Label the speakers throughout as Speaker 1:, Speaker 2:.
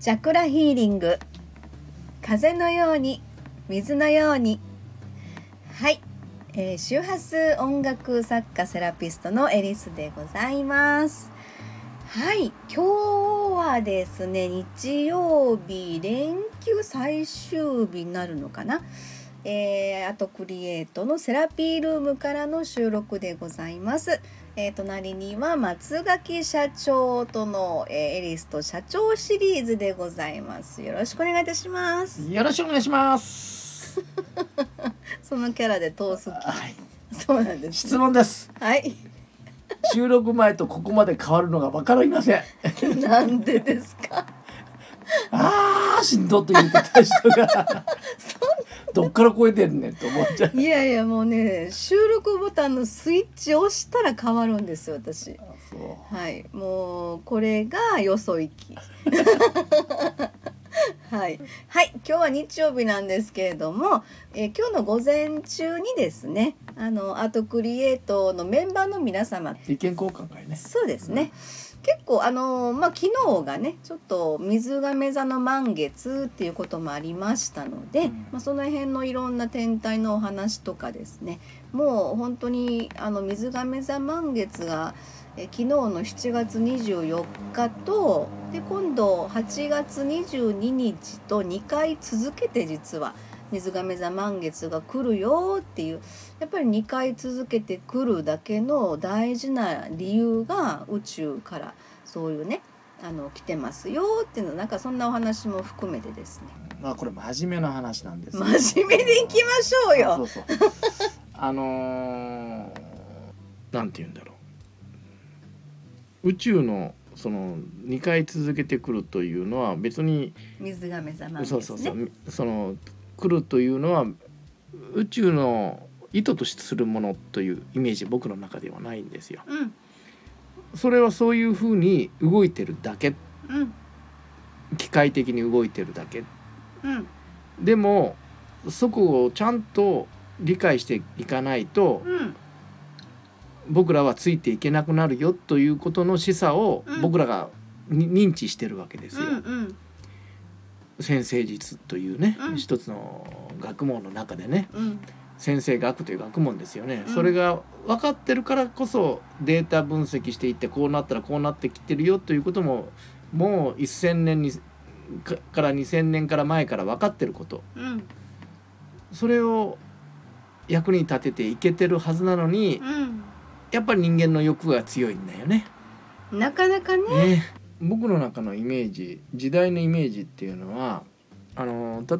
Speaker 1: チャクラヒーリング風のように水のようにはい、えー周波数音楽作家セラピストのエリスでございますはい今日はですね日曜日連休最終日になるのかなえーアートクリエイトのセラピールームからの収録でございます。えー隣には松垣社長との、えーエリスと社長シリーズでございます。よろしくお願いいたします。
Speaker 2: よろしくお願いします。
Speaker 1: そのキャラで通す気。
Speaker 2: はい、
Speaker 1: そうなんです、
Speaker 2: 質問です。
Speaker 1: はい。
Speaker 2: 収録前とここまで変わるのがわかりません。
Speaker 1: なんでですか。
Speaker 2: ああ、しんどと言ってた人 が。どっから超えてんねんと思っちゃう。
Speaker 1: いやいやもうね収録ボタンのスイッチを押したら変わるんですよ私。
Speaker 2: あそ
Speaker 1: はい、もうこれがよそ行き。 はい、はい、今日は日曜日なんですけれども、えー今日の午前中にですね。あのアートクリエイトのメンバーの皆様。
Speaker 2: う。意見交換会ね。
Speaker 1: そうですね。結構あのまあ昨日がねちょっと水亀座の満月っていうこともありましたので、
Speaker 2: うん
Speaker 1: まあその辺のいろんな天体のお話とかですねもう本当にあの水亀座満月がえ昨日の7月24日とで今度8月22日と2回続けて実は水亀座満月が来るよっていうやっぱり2回続けてくるだけの大事な理由が宇宙からそういうねあの来てますよっていうのなんかそんなお話も含めてですね
Speaker 2: まあ、これ真面目な話なんですけど。
Speaker 1: 真面目でいきましょう
Speaker 2: そ
Speaker 1: よ
Speaker 2: うそう。 あのーなんて言うんだろう。宇宙のその2回続けてくるというのは別に
Speaker 1: 水亀座満月
Speaker 2: そ
Speaker 1: ね
Speaker 2: うそうそう、その来るというのは宇宙の意図とするものというイメージ僕の中ではないんですよ。
Speaker 1: うん
Speaker 2: それはそういうふうに動いてるだけ
Speaker 1: うん
Speaker 2: 機械的に動いてるだけ
Speaker 1: うん
Speaker 2: でもそこをちゃんと理解していかないと
Speaker 1: うん
Speaker 2: 僕らはついていけなくなるよということの示唆を
Speaker 1: うん
Speaker 2: 僕らがに認知してるわけです
Speaker 1: う
Speaker 2: よ。
Speaker 1: んうん
Speaker 2: 先生術というね、
Speaker 1: うん
Speaker 2: 一つの学問の中でね
Speaker 1: うん
Speaker 2: 先生学という学問ですよね、
Speaker 1: うん
Speaker 2: それが分かってるからこそデータ分析していってこうなったらこうなってきてるよということももう1,000年にかから2,000年から前から分かってること
Speaker 1: うん
Speaker 2: それを役に立てていけてるはずなのに
Speaker 1: うん
Speaker 2: やっぱり人間の欲が強いんだよね。
Speaker 1: なかなかね
Speaker 2: ね僕の中のイメージ時代のイメージっていうのはあのた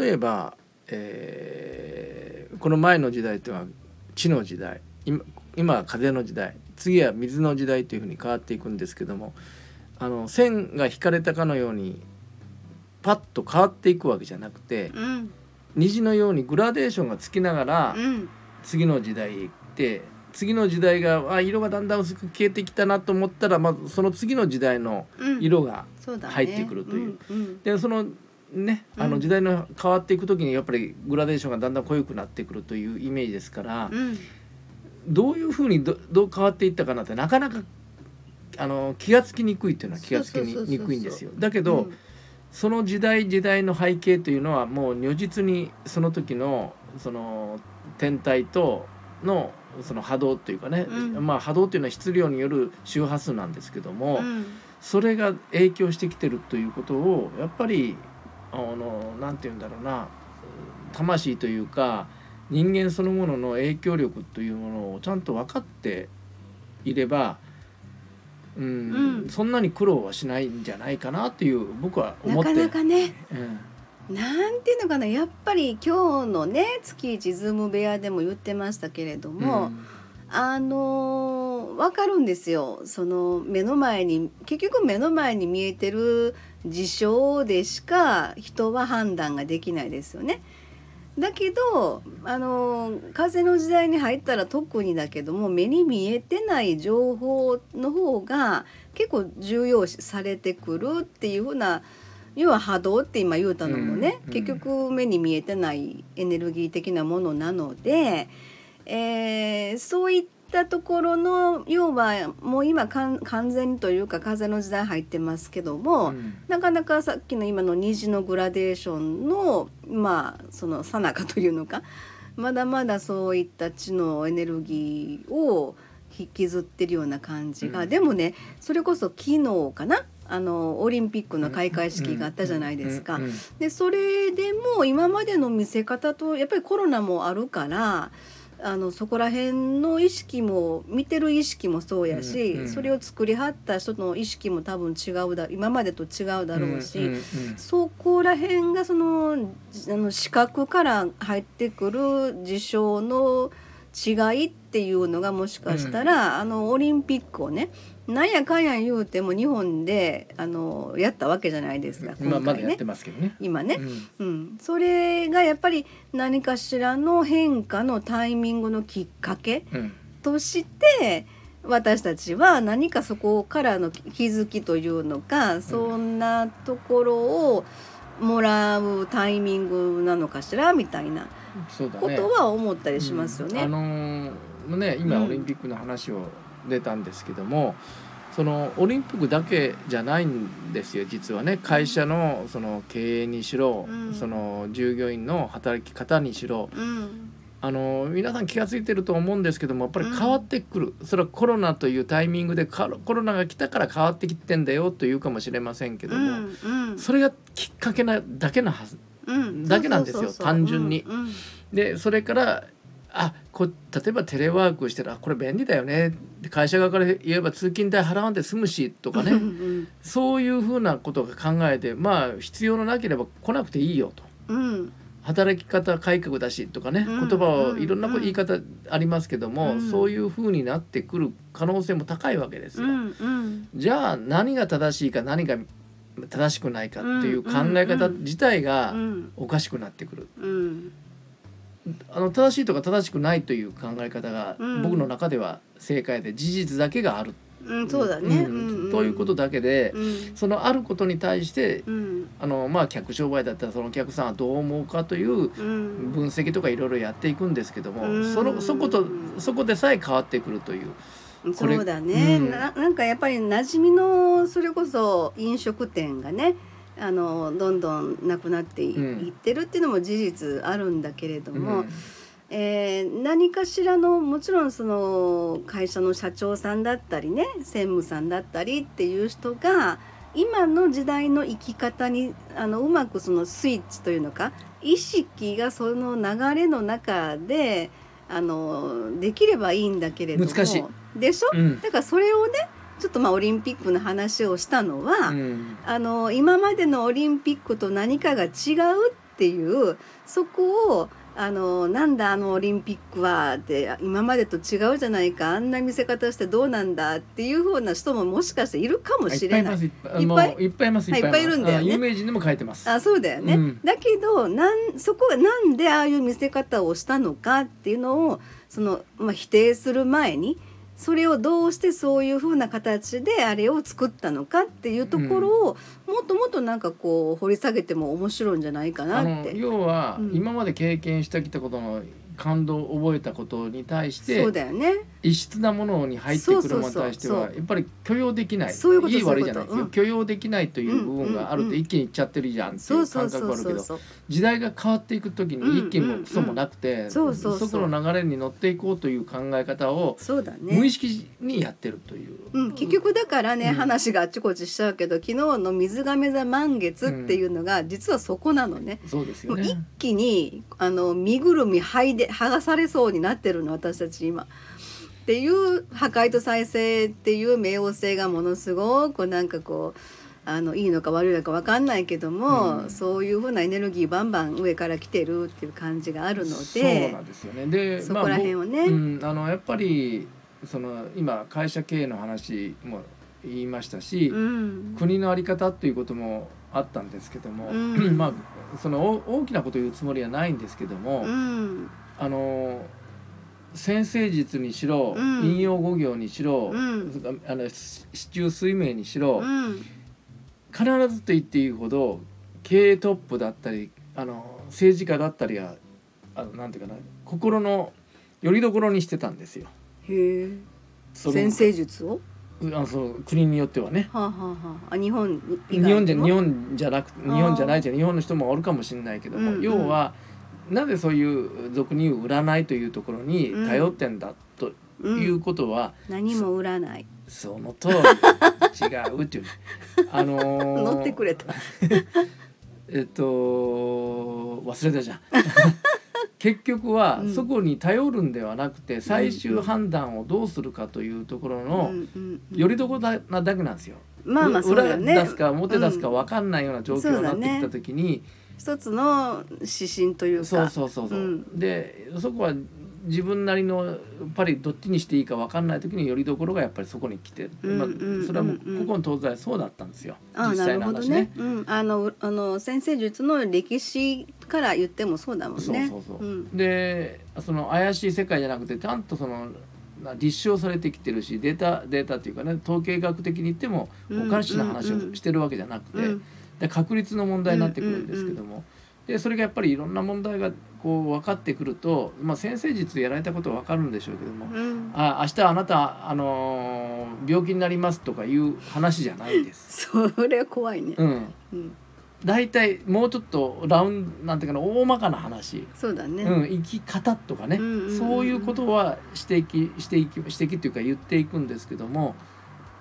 Speaker 2: 例えば、えーこの前の時代っていうのは地の時代今今は風の時代次は水の時代というふうに変わっていくんですけどもあの線が引かれたかのようにパッと変わっていくわけじゃなくて
Speaker 1: うん
Speaker 2: 虹のようにグラデーションがつきながら
Speaker 1: うん
Speaker 2: 次の時代へ行って次の時代があ色がだんだん薄く消えてきたなと思ったら、まあ、その次の時代の
Speaker 1: うん
Speaker 2: 色が、
Speaker 1: そうだね
Speaker 2: 入ってくるという
Speaker 1: うんうん
Speaker 2: でそのね
Speaker 1: うん
Speaker 2: あの時代の変わっていく時にやっぱりグラデーションがだんだん濃ゆくなってくるというイメージですから、
Speaker 1: うん
Speaker 2: どういうふうにどどう変わっていったかなってなかなかあの気が付きにくいっていうのは気が付きに
Speaker 1: そうそうそうそう
Speaker 2: にくいんですよ。だけど、その時代時代の背景というのはもう如実にその時のその天体とのその波動というかね、
Speaker 1: うん
Speaker 2: まあ波動というのは質量による周波数なんですけども、
Speaker 1: うん
Speaker 2: それが影響してきてるということをやっぱりあのなんて言うんだろうな魂というか人間そのものの影響力というものをちゃんと分かっていれば、うん
Speaker 1: うん
Speaker 2: そんなに苦労はしないんじゃないかなという僕は
Speaker 1: うん
Speaker 2: 思
Speaker 1: な
Speaker 2: って
Speaker 1: かなかね
Speaker 2: うん
Speaker 1: なんていうのかなやっぱり今日のね月一ズーム部屋でも言ってましたけれども、あのーわかるんですよその目の前に結局目の前に見えてる事象でしか人は判断ができないですよね。だけどあのー風の時代に入ったら特にだけども目に見えてない情報の方が結構重要視されてくるっていうふうな要は波動って今言うたのもね、
Speaker 2: うんうん
Speaker 1: 結局目に見えてないエネルギー的なものなので、えーそういっったところの要はもう今かん完全にというか風の時代入ってますけども、
Speaker 2: うん
Speaker 1: なかなかさっきの今の虹のグラデーションのまあそのさなかというのかまだまだそういった知のエネルギーを引きずってるような感じが、
Speaker 2: うん
Speaker 1: でもねそれこそ昨日かなあのオリンピックの開会式があったじゃないですか。
Speaker 2: うんうんうん
Speaker 1: でそれでも今までの見せ方とやっぱりコロナもあるからあのそこら辺の意識も見てる意識もそうやし、
Speaker 2: うんうん
Speaker 1: それを作りはった人の意識も多分違うだ今までと違うだろうし、
Speaker 2: んんん
Speaker 1: そこら辺がそのあの視覚から入ってくる事象の違いっていうのがもしかしたら、あのオリンピックをねなんやかんや言うても日本であのやったわけじゃないですか、
Speaker 2: まあま
Speaker 1: 今
Speaker 2: だ
Speaker 1: 回
Speaker 2: やっ
Speaker 1: ね
Speaker 2: て。ますけどね。
Speaker 1: 今ね、
Speaker 2: うん
Speaker 1: うん、それがやっぱり何かしらの変化のタイミングのきっかけ
Speaker 2: うん
Speaker 1: として私たちは何かそこからの気づきというのかそんなところをもらうタイミングなのかしらみたいな
Speaker 2: そうだね。
Speaker 1: ことは思ったりしますよね。
Speaker 2: うんあのーね
Speaker 1: う
Speaker 2: 今
Speaker 1: ん
Speaker 2: オリンピックの話を出たんですけども、そのオリンピックだけじゃないんですよ実はね会社のその経営にしろ、
Speaker 1: うん
Speaker 2: その従業員の働き方にしろ
Speaker 1: うん
Speaker 2: あのー皆さん気が付いてると思うんですけどもやっぱり変わってくる、それはコロナというタイミングでかコロナが来たから変わってきてんだよというかもしれませんけど
Speaker 1: う
Speaker 2: も、
Speaker 1: んうん
Speaker 2: それがきっかけなだけなはず
Speaker 1: うん
Speaker 2: だけなんです
Speaker 1: そう
Speaker 2: よ
Speaker 1: そうそう
Speaker 2: 単純に
Speaker 1: うん
Speaker 2: でそれからあこ例えばテレワークしてるあこれ便利だよねで会社側から言えば通勤代払わんで済むしとか
Speaker 1: うんう
Speaker 2: ね
Speaker 1: ん
Speaker 2: そういうふうなことを考えてまあ必要のなければ来なくていいよと
Speaker 1: うん
Speaker 2: 働き方改革だしとかね
Speaker 1: うん
Speaker 2: 言葉を
Speaker 1: うん
Speaker 2: いろんなこと言い方ありますけども、
Speaker 1: うん
Speaker 2: そういうふうになってくる可能性も高いわけです
Speaker 1: う
Speaker 2: よ。
Speaker 1: んうん
Speaker 2: じゃあ何が正しいか何が正しくないかっていう考え方自体
Speaker 1: う
Speaker 2: が
Speaker 1: ん
Speaker 2: おかしくなってくる
Speaker 1: うん
Speaker 2: あの正しいとか正しくないという考え方が
Speaker 1: うん
Speaker 2: 僕の中では正解で事実だけがある、
Speaker 1: うん、そうだね。
Speaker 2: う
Speaker 1: うんんうん
Speaker 2: ということだけで、
Speaker 1: うん
Speaker 2: そのあることに対して
Speaker 1: うん
Speaker 2: あのまあ客商売だったらそのお客さんはどう思うかという
Speaker 1: うん
Speaker 2: 分析とかいろいろやっていくんですけども、
Speaker 1: うん
Speaker 2: そのそことそこでさえ変わってくるという、これ
Speaker 1: そうだね、
Speaker 2: うん
Speaker 1: ななんかやっぱり馴染みのそれこそ飲食店がねあのどんどんなくなってい,、
Speaker 2: うん
Speaker 1: ってるっていうのも事実あるんだけれども、
Speaker 2: うん
Speaker 1: えー何かしらのもちろんその会社の社長さんだったりね専務さんだったりっていう人が今の時代の生き方にあのうまくそのスイッチというのか意識がその流れの中であのできればいいんだけれども
Speaker 2: 難し
Speaker 1: でしょ、
Speaker 2: うん
Speaker 1: だからそれをねちょっとまあオリンピックの話をしたのは、
Speaker 2: うん
Speaker 1: あの今までのオリンピックと何かが違うっていうそこをあのなんだあのオリンピックはって今までと違うじゃないかあんな見せ方してどうなんだっていうふうな人ももしかしているかも
Speaker 2: い
Speaker 1: し
Speaker 2: っぱ
Speaker 1: れ
Speaker 2: いい
Speaker 1: な
Speaker 2: ま
Speaker 1: い。
Speaker 2: すいっぱい
Speaker 1: いっ
Speaker 2: も
Speaker 1: ぱいう
Speaker 2: いっぱいいます
Speaker 1: はい
Speaker 2: ま
Speaker 1: い
Speaker 2: す
Speaker 1: っぱいいるんだよね
Speaker 2: あ有名人でも書いてます。
Speaker 1: あそうだよね、
Speaker 2: うん
Speaker 1: だけどなんそこがなんでああいう見せ方をしたのかっていうのをその、まあ、否定する前にそれをどうしてそういうふうな形であれを作ったのかっていうところを、もっともっとなんかこう掘り下げても面白いんじゃないか
Speaker 2: あ
Speaker 1: なっ
Speaker 2: の
Speaker 1: て。
Speaker 2: 要は
Speaker 1: うん
Speaker 2: 今まで経験してきたことの感動を覚えたことに対して
Speaker 1: そうだよね。
Speaker 2: 異質なものに入ってくるものに対して
Speaker 1: そうそう
Speaker 2: は
Speaker 1: そう
Speaker 2: やっぱり許容できない
Speaker 1: そういうこと
Speaker 2: いい悪いじゃないで
Speaker 1: そ
Speaker 2: す
Speaker 1: ういう
Speaker 2: よ
Speaker 1: こと
Speaker 2: 許容できないという部分がある
Speaker 1: うんうん
Speaker 2: と
Speaker 1: うん
Speaker 2: 一気にいっちゃってるじゃんってい
Speaker 1: そう
Speaker 2: う
Speaker 1: そ
Speaker 2: 感
Speaker 1: うそ
Speaker 2: 覚
Speaker 1: う
Speaker 2: はある
Speaker 1: そ
Speaker 2: け
Speaker 1: う
Speaker 2: ど
Speaker 1: そう。
Speaker 2: 時代が変わっていく時に一気
Speaker 1: うんうんう
Speaker 2: も
Speaker 1: ん
Speaker 2: クソもなくて
Speaker 1: そうそうそう
Speaker 2: そこの流れに乗っていこうという考え方を
Speaker 1: そうだね。
Speaker 2: 無意識にやってるという。
Speaker 1: うん、結局だからね、
Speaker 2: うん
Speaker 1: 話があっちこっちしちゃうけど昨日の水亀座満月っていうのが実はそこなのね。
Speaker 2: そうです
Speaker 1: も
Speaker 2: よ
Speaker 1: う一
Speaker 2: ね。
Speaker 1: 気にあの身ぐるみ剥いで剥がされそうになってるの私たち今。っていう破壊と再生っていう冥王星がものすごくなんかこうあのいいのか悪いのか分かんないけども、
Speaker 2: うん
Speaker 1: そういうふうなエネルギーバンバン上から来てるっていう感じがあるの
Speaker 2: そう
Speaker 1: で
Speaker 2: なんですよね。で、
Speaker 1: そこら辺をね
Speaker 2: まあぼうん、あのやっぱりその今会社経営の話も言いましたし、
Speaker 1: うん
Speaker 2: 国のあり方ということもあったんですけども、
Speaker 1: うん
Speaker 2: まあその大大きなことを言うつもりはないんですけども、
Speaker 1: うん
Speaker 2: あの先生術にしろ、
Speaker 1: うん
Speaker 2: 引用語行にしろ、
Speaker 1: うん
Speaker 2: それからあのし市中水明にしろ、
Speaker 1: うん
Speaker 2: 必ずと言っていいほど経営トップだったりあの政治家だったりがあのなんていうかな心の拠り所にしてたんですよ。
Speaker 1: へへえ
Speaker 2: その
Speaker 1: 先生術を
Speaker 2: あそう国によってはね
Speaker 1: はあ、はあはあ、あ日本以
Speaker 2: 日
Speaker 1: 外
Speaker 2: 本じ
Speaker 1: で
Speaker 2: ゃ
Speaker 1: も
Speaker 2: 日本じゃなく日本じゃないじゃない日本の人もおるかもしれないけども、
Speaker 1: うんうん
Speaker 2: 要はなぜそういう俗に言う占いというところに頼ってんだと
Speaker 1: うん
Speaker 2: いうことは、
Speaker 1: 何も売らない
Speaker 2: その通り違うっていうあのー
Speaker 1: 乗ってくれた
Speaker 2: えっと忘れ たじゃん結局は
Speaker 1: うん
Speaker 2: そこに頼るんではなくて最終判断をどうするかというところのよりどころだなだけなんですよ。
Speaker 1: まあまあそうだよ
Speaker 2: 裏
Speaker 1: ね
Speaker 2: 出すか表出すか分かんないような状況になってきた時に、
Speaker 1: 一つの指針というか
Speaker 2: そうそうそうそう、
Speaker 1: うん
Speaker 2: でそこは自分なりのやっぱりどっちにしていいか分かんない時によりどころがやっぱりそこに来てる、
Speaker 1: うん
Speaker 2: ま
Speaker 1: うんうんう
Speaker 2: あ、
Speaker 1: ん
Speaker 2: それはもうここの東西そうだったんですよ
Speaker 1: ああ
Speaker 2: 実
Speaker 1: な
Speaker 2: 際
Speaker 1: る
Speaker 2: の
Speaker 1: ほど
Speaker 2: 話
Speaker 1: ね
Speaker 2: ね。
Speaker 1: うん、あのあの先生術の歴史から言ってもそうだもん
Speaker 2: そう
Speaker 1: ね
Speaker 2: そうそう、
Speaker 1: うん
Speaker 2: でその怪しい世界じゃなくてちゃんとそのな立証されてきてるしデータデータっていうかね統計学的に言っても
Speaker 1: うん
Speaker 2: おかしな話
Speaker 1: うんう
Speaker 2: を
Speaker 1: ん
Speaker 2: してるわけじゃなくて、
Speaker 1: うん
Speaker 2: で確率の問題になってくるんですけども、でそれがやっぱりいろんな問題がこう分かってくると、まあ、先生術やられたことは分かるんでしょうけども、
Speaker 1: うん
Speaker 2: あ明日あなた、あのー病気になりますとかいう話じゃないです。
Speaker 1: それは怖いね、
Speaker 2: うん
Speaker 1: うん、
Speaker 2: 大体もうちょっとラウンなんていうかな大まかな話、
Speaker 1: そうだね、
Speaker 2: うん、生き方とかね、
Speaker 1: うんうんうん
Speaker 2: そういうことは指摘していき指摘っていうか言っていくんですけども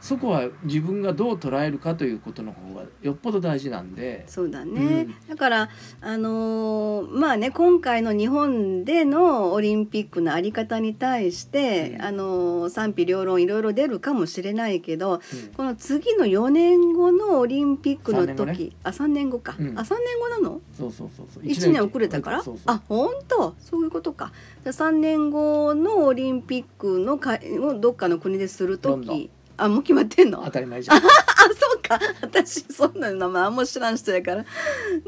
Speaker 2: そこは自分がどう捉えるかということの方がよっぽど大事なんで
Speaker 1: そうだね、
Speaker 2: うん
Speaker 1: だからあのーまあね今回の日本でのオリンピックのあり方に対して、
Speaker 2: うん
Speaker 1: あのー賛否両論いろいろ出るかもしれないけど
Speaker 2: うん
Speaker 1: この次の4年後のオリンピックの
Speaker 2: 三年後ね
Speaker 1: 時、あ3年後か、
Speaker 2: うん
Speaker 1: あ3年後なの
Speaker 2: そうそうそうそう。
Speaker 1: 1年遅れたから
Speaker 2: そうそう
Speaker 1: あ本当そういうことかじゃあ3年後のオリンピックのかをどっかの国でする
Speaker 2: ロンドン
Speaker 1: 時あもう決まってんの
Speaker 2: 当たり前 じゃん。
Speaker 1: あそうか私そんなの名前あんま知らん人やから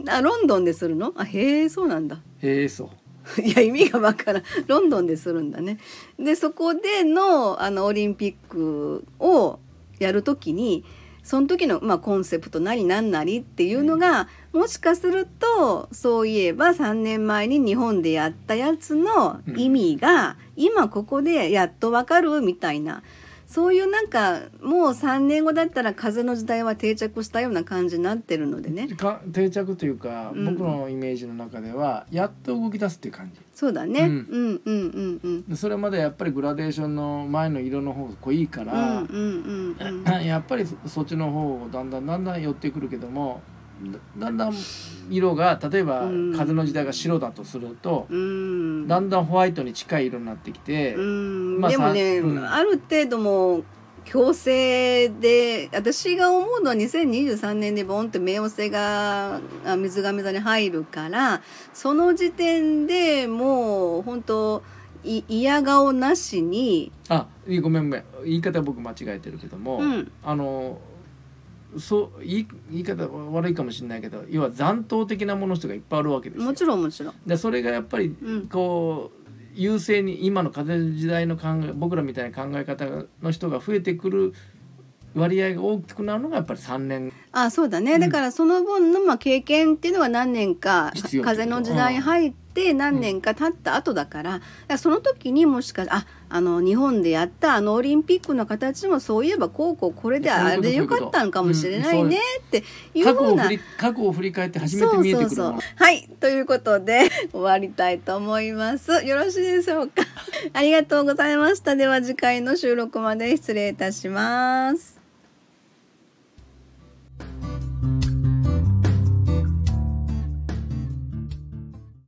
Speaker 1: あロンドンでするのあへえそうなんだ
Speaker 2: へえそう。
Speaker 1: いや意味がわからんロンドンでするんだねでそこでのあのオリンピックをやるときにその時の、まあ、コンセプト何何々っていうのが、もしかするとそういえば3年前に日本でやったやつの意味が、今ここでやっとわかるみたいなそういうなんかもう3年後だったら風の時代は定着したような感じになってるのでね
Speaker 2: か定着というか、
Speaker 1: うん
Speaker 2: 僕のイメージの中ではやっと動き出すっていう感じ
Speaker 1: そうだね、
Speaker 2: う
Speaker 1: うんん、うんうんうんうん
Speaker 2: でそれまでやっぱりグラデーションの前の色の方が濃いか
Speaker 1: う
Speaker 2: ら
Speaker 1: ん、うん うんうん
Speaker 2: やっぱりそそっちの方をだんだんだんだん寄ってくるけどもだだんだん色が例えば
Speaker 1: うん
Speaker 2: 風の時代が白だとすると、
Speaker 1: うん
Speaker 2: だんだんホワイトに近い色になってきて、
Speaker 1: うん
Speaker 2: まあ
Speaker 1: でもね、
Speaker 2: さうん
Speaker 1: ある程度もう強制で私が思うのは2023年でボンって冥王星があ水亀座に入るからその時点でもう本当い嫌顔なしに、
Speaker 2: あいいごめんごめん言い方僕間違えてるけども、
Speaker 1: うん、
Speaker 2: あのそう言い言い方悪いかもしれないけど要は残党的なもの人がいっぱいあるわけですよ。
Speaker 1: もちろんもちろん。
Speaker 2: でそれがやっぱり
Speaker 1: うん
Speaker 2: こう優勢に今の風の時代の考え僕らみたいな考え方の人が増えてくる割合が大きくなるのがやっぱり3年
Speaker 1: あそうだね、だからその分のまあ経験っていうのが何年か
Speaker 2: 必要ってこと
Speaker 1: 風の時代に入って何年か経った後だから,、だからその時にもしかああの日本でやったあのオリンピックの形もそういえばこうこうこれで
Speaker 2: そういう
Speaker 1: あ
Speaker 2: こと
Speaker 1: れでよかったのかもしれない
Speaker 2: そうい
Speaker 1: ね
Speaker 2: う
Speaker 1: っていう
Speaker 2: 過去
Speaker 1: ふう
Speaker 2: を
Speaker 1: な
Speaker 2: 振り過去を振り返って初めて
Speaker 1: そう
Speaker 2: 見えて
Speaker 1: そう
Speaker 2: くる
Speaker 1: そ
Speaker 2: も
Speaker 1: う
Speaker 2: の。
Speaker 1: はいということで 終わりたいと思いますよろしいでしょ うかありがとうございましたでは次回の収録まで失礼いたします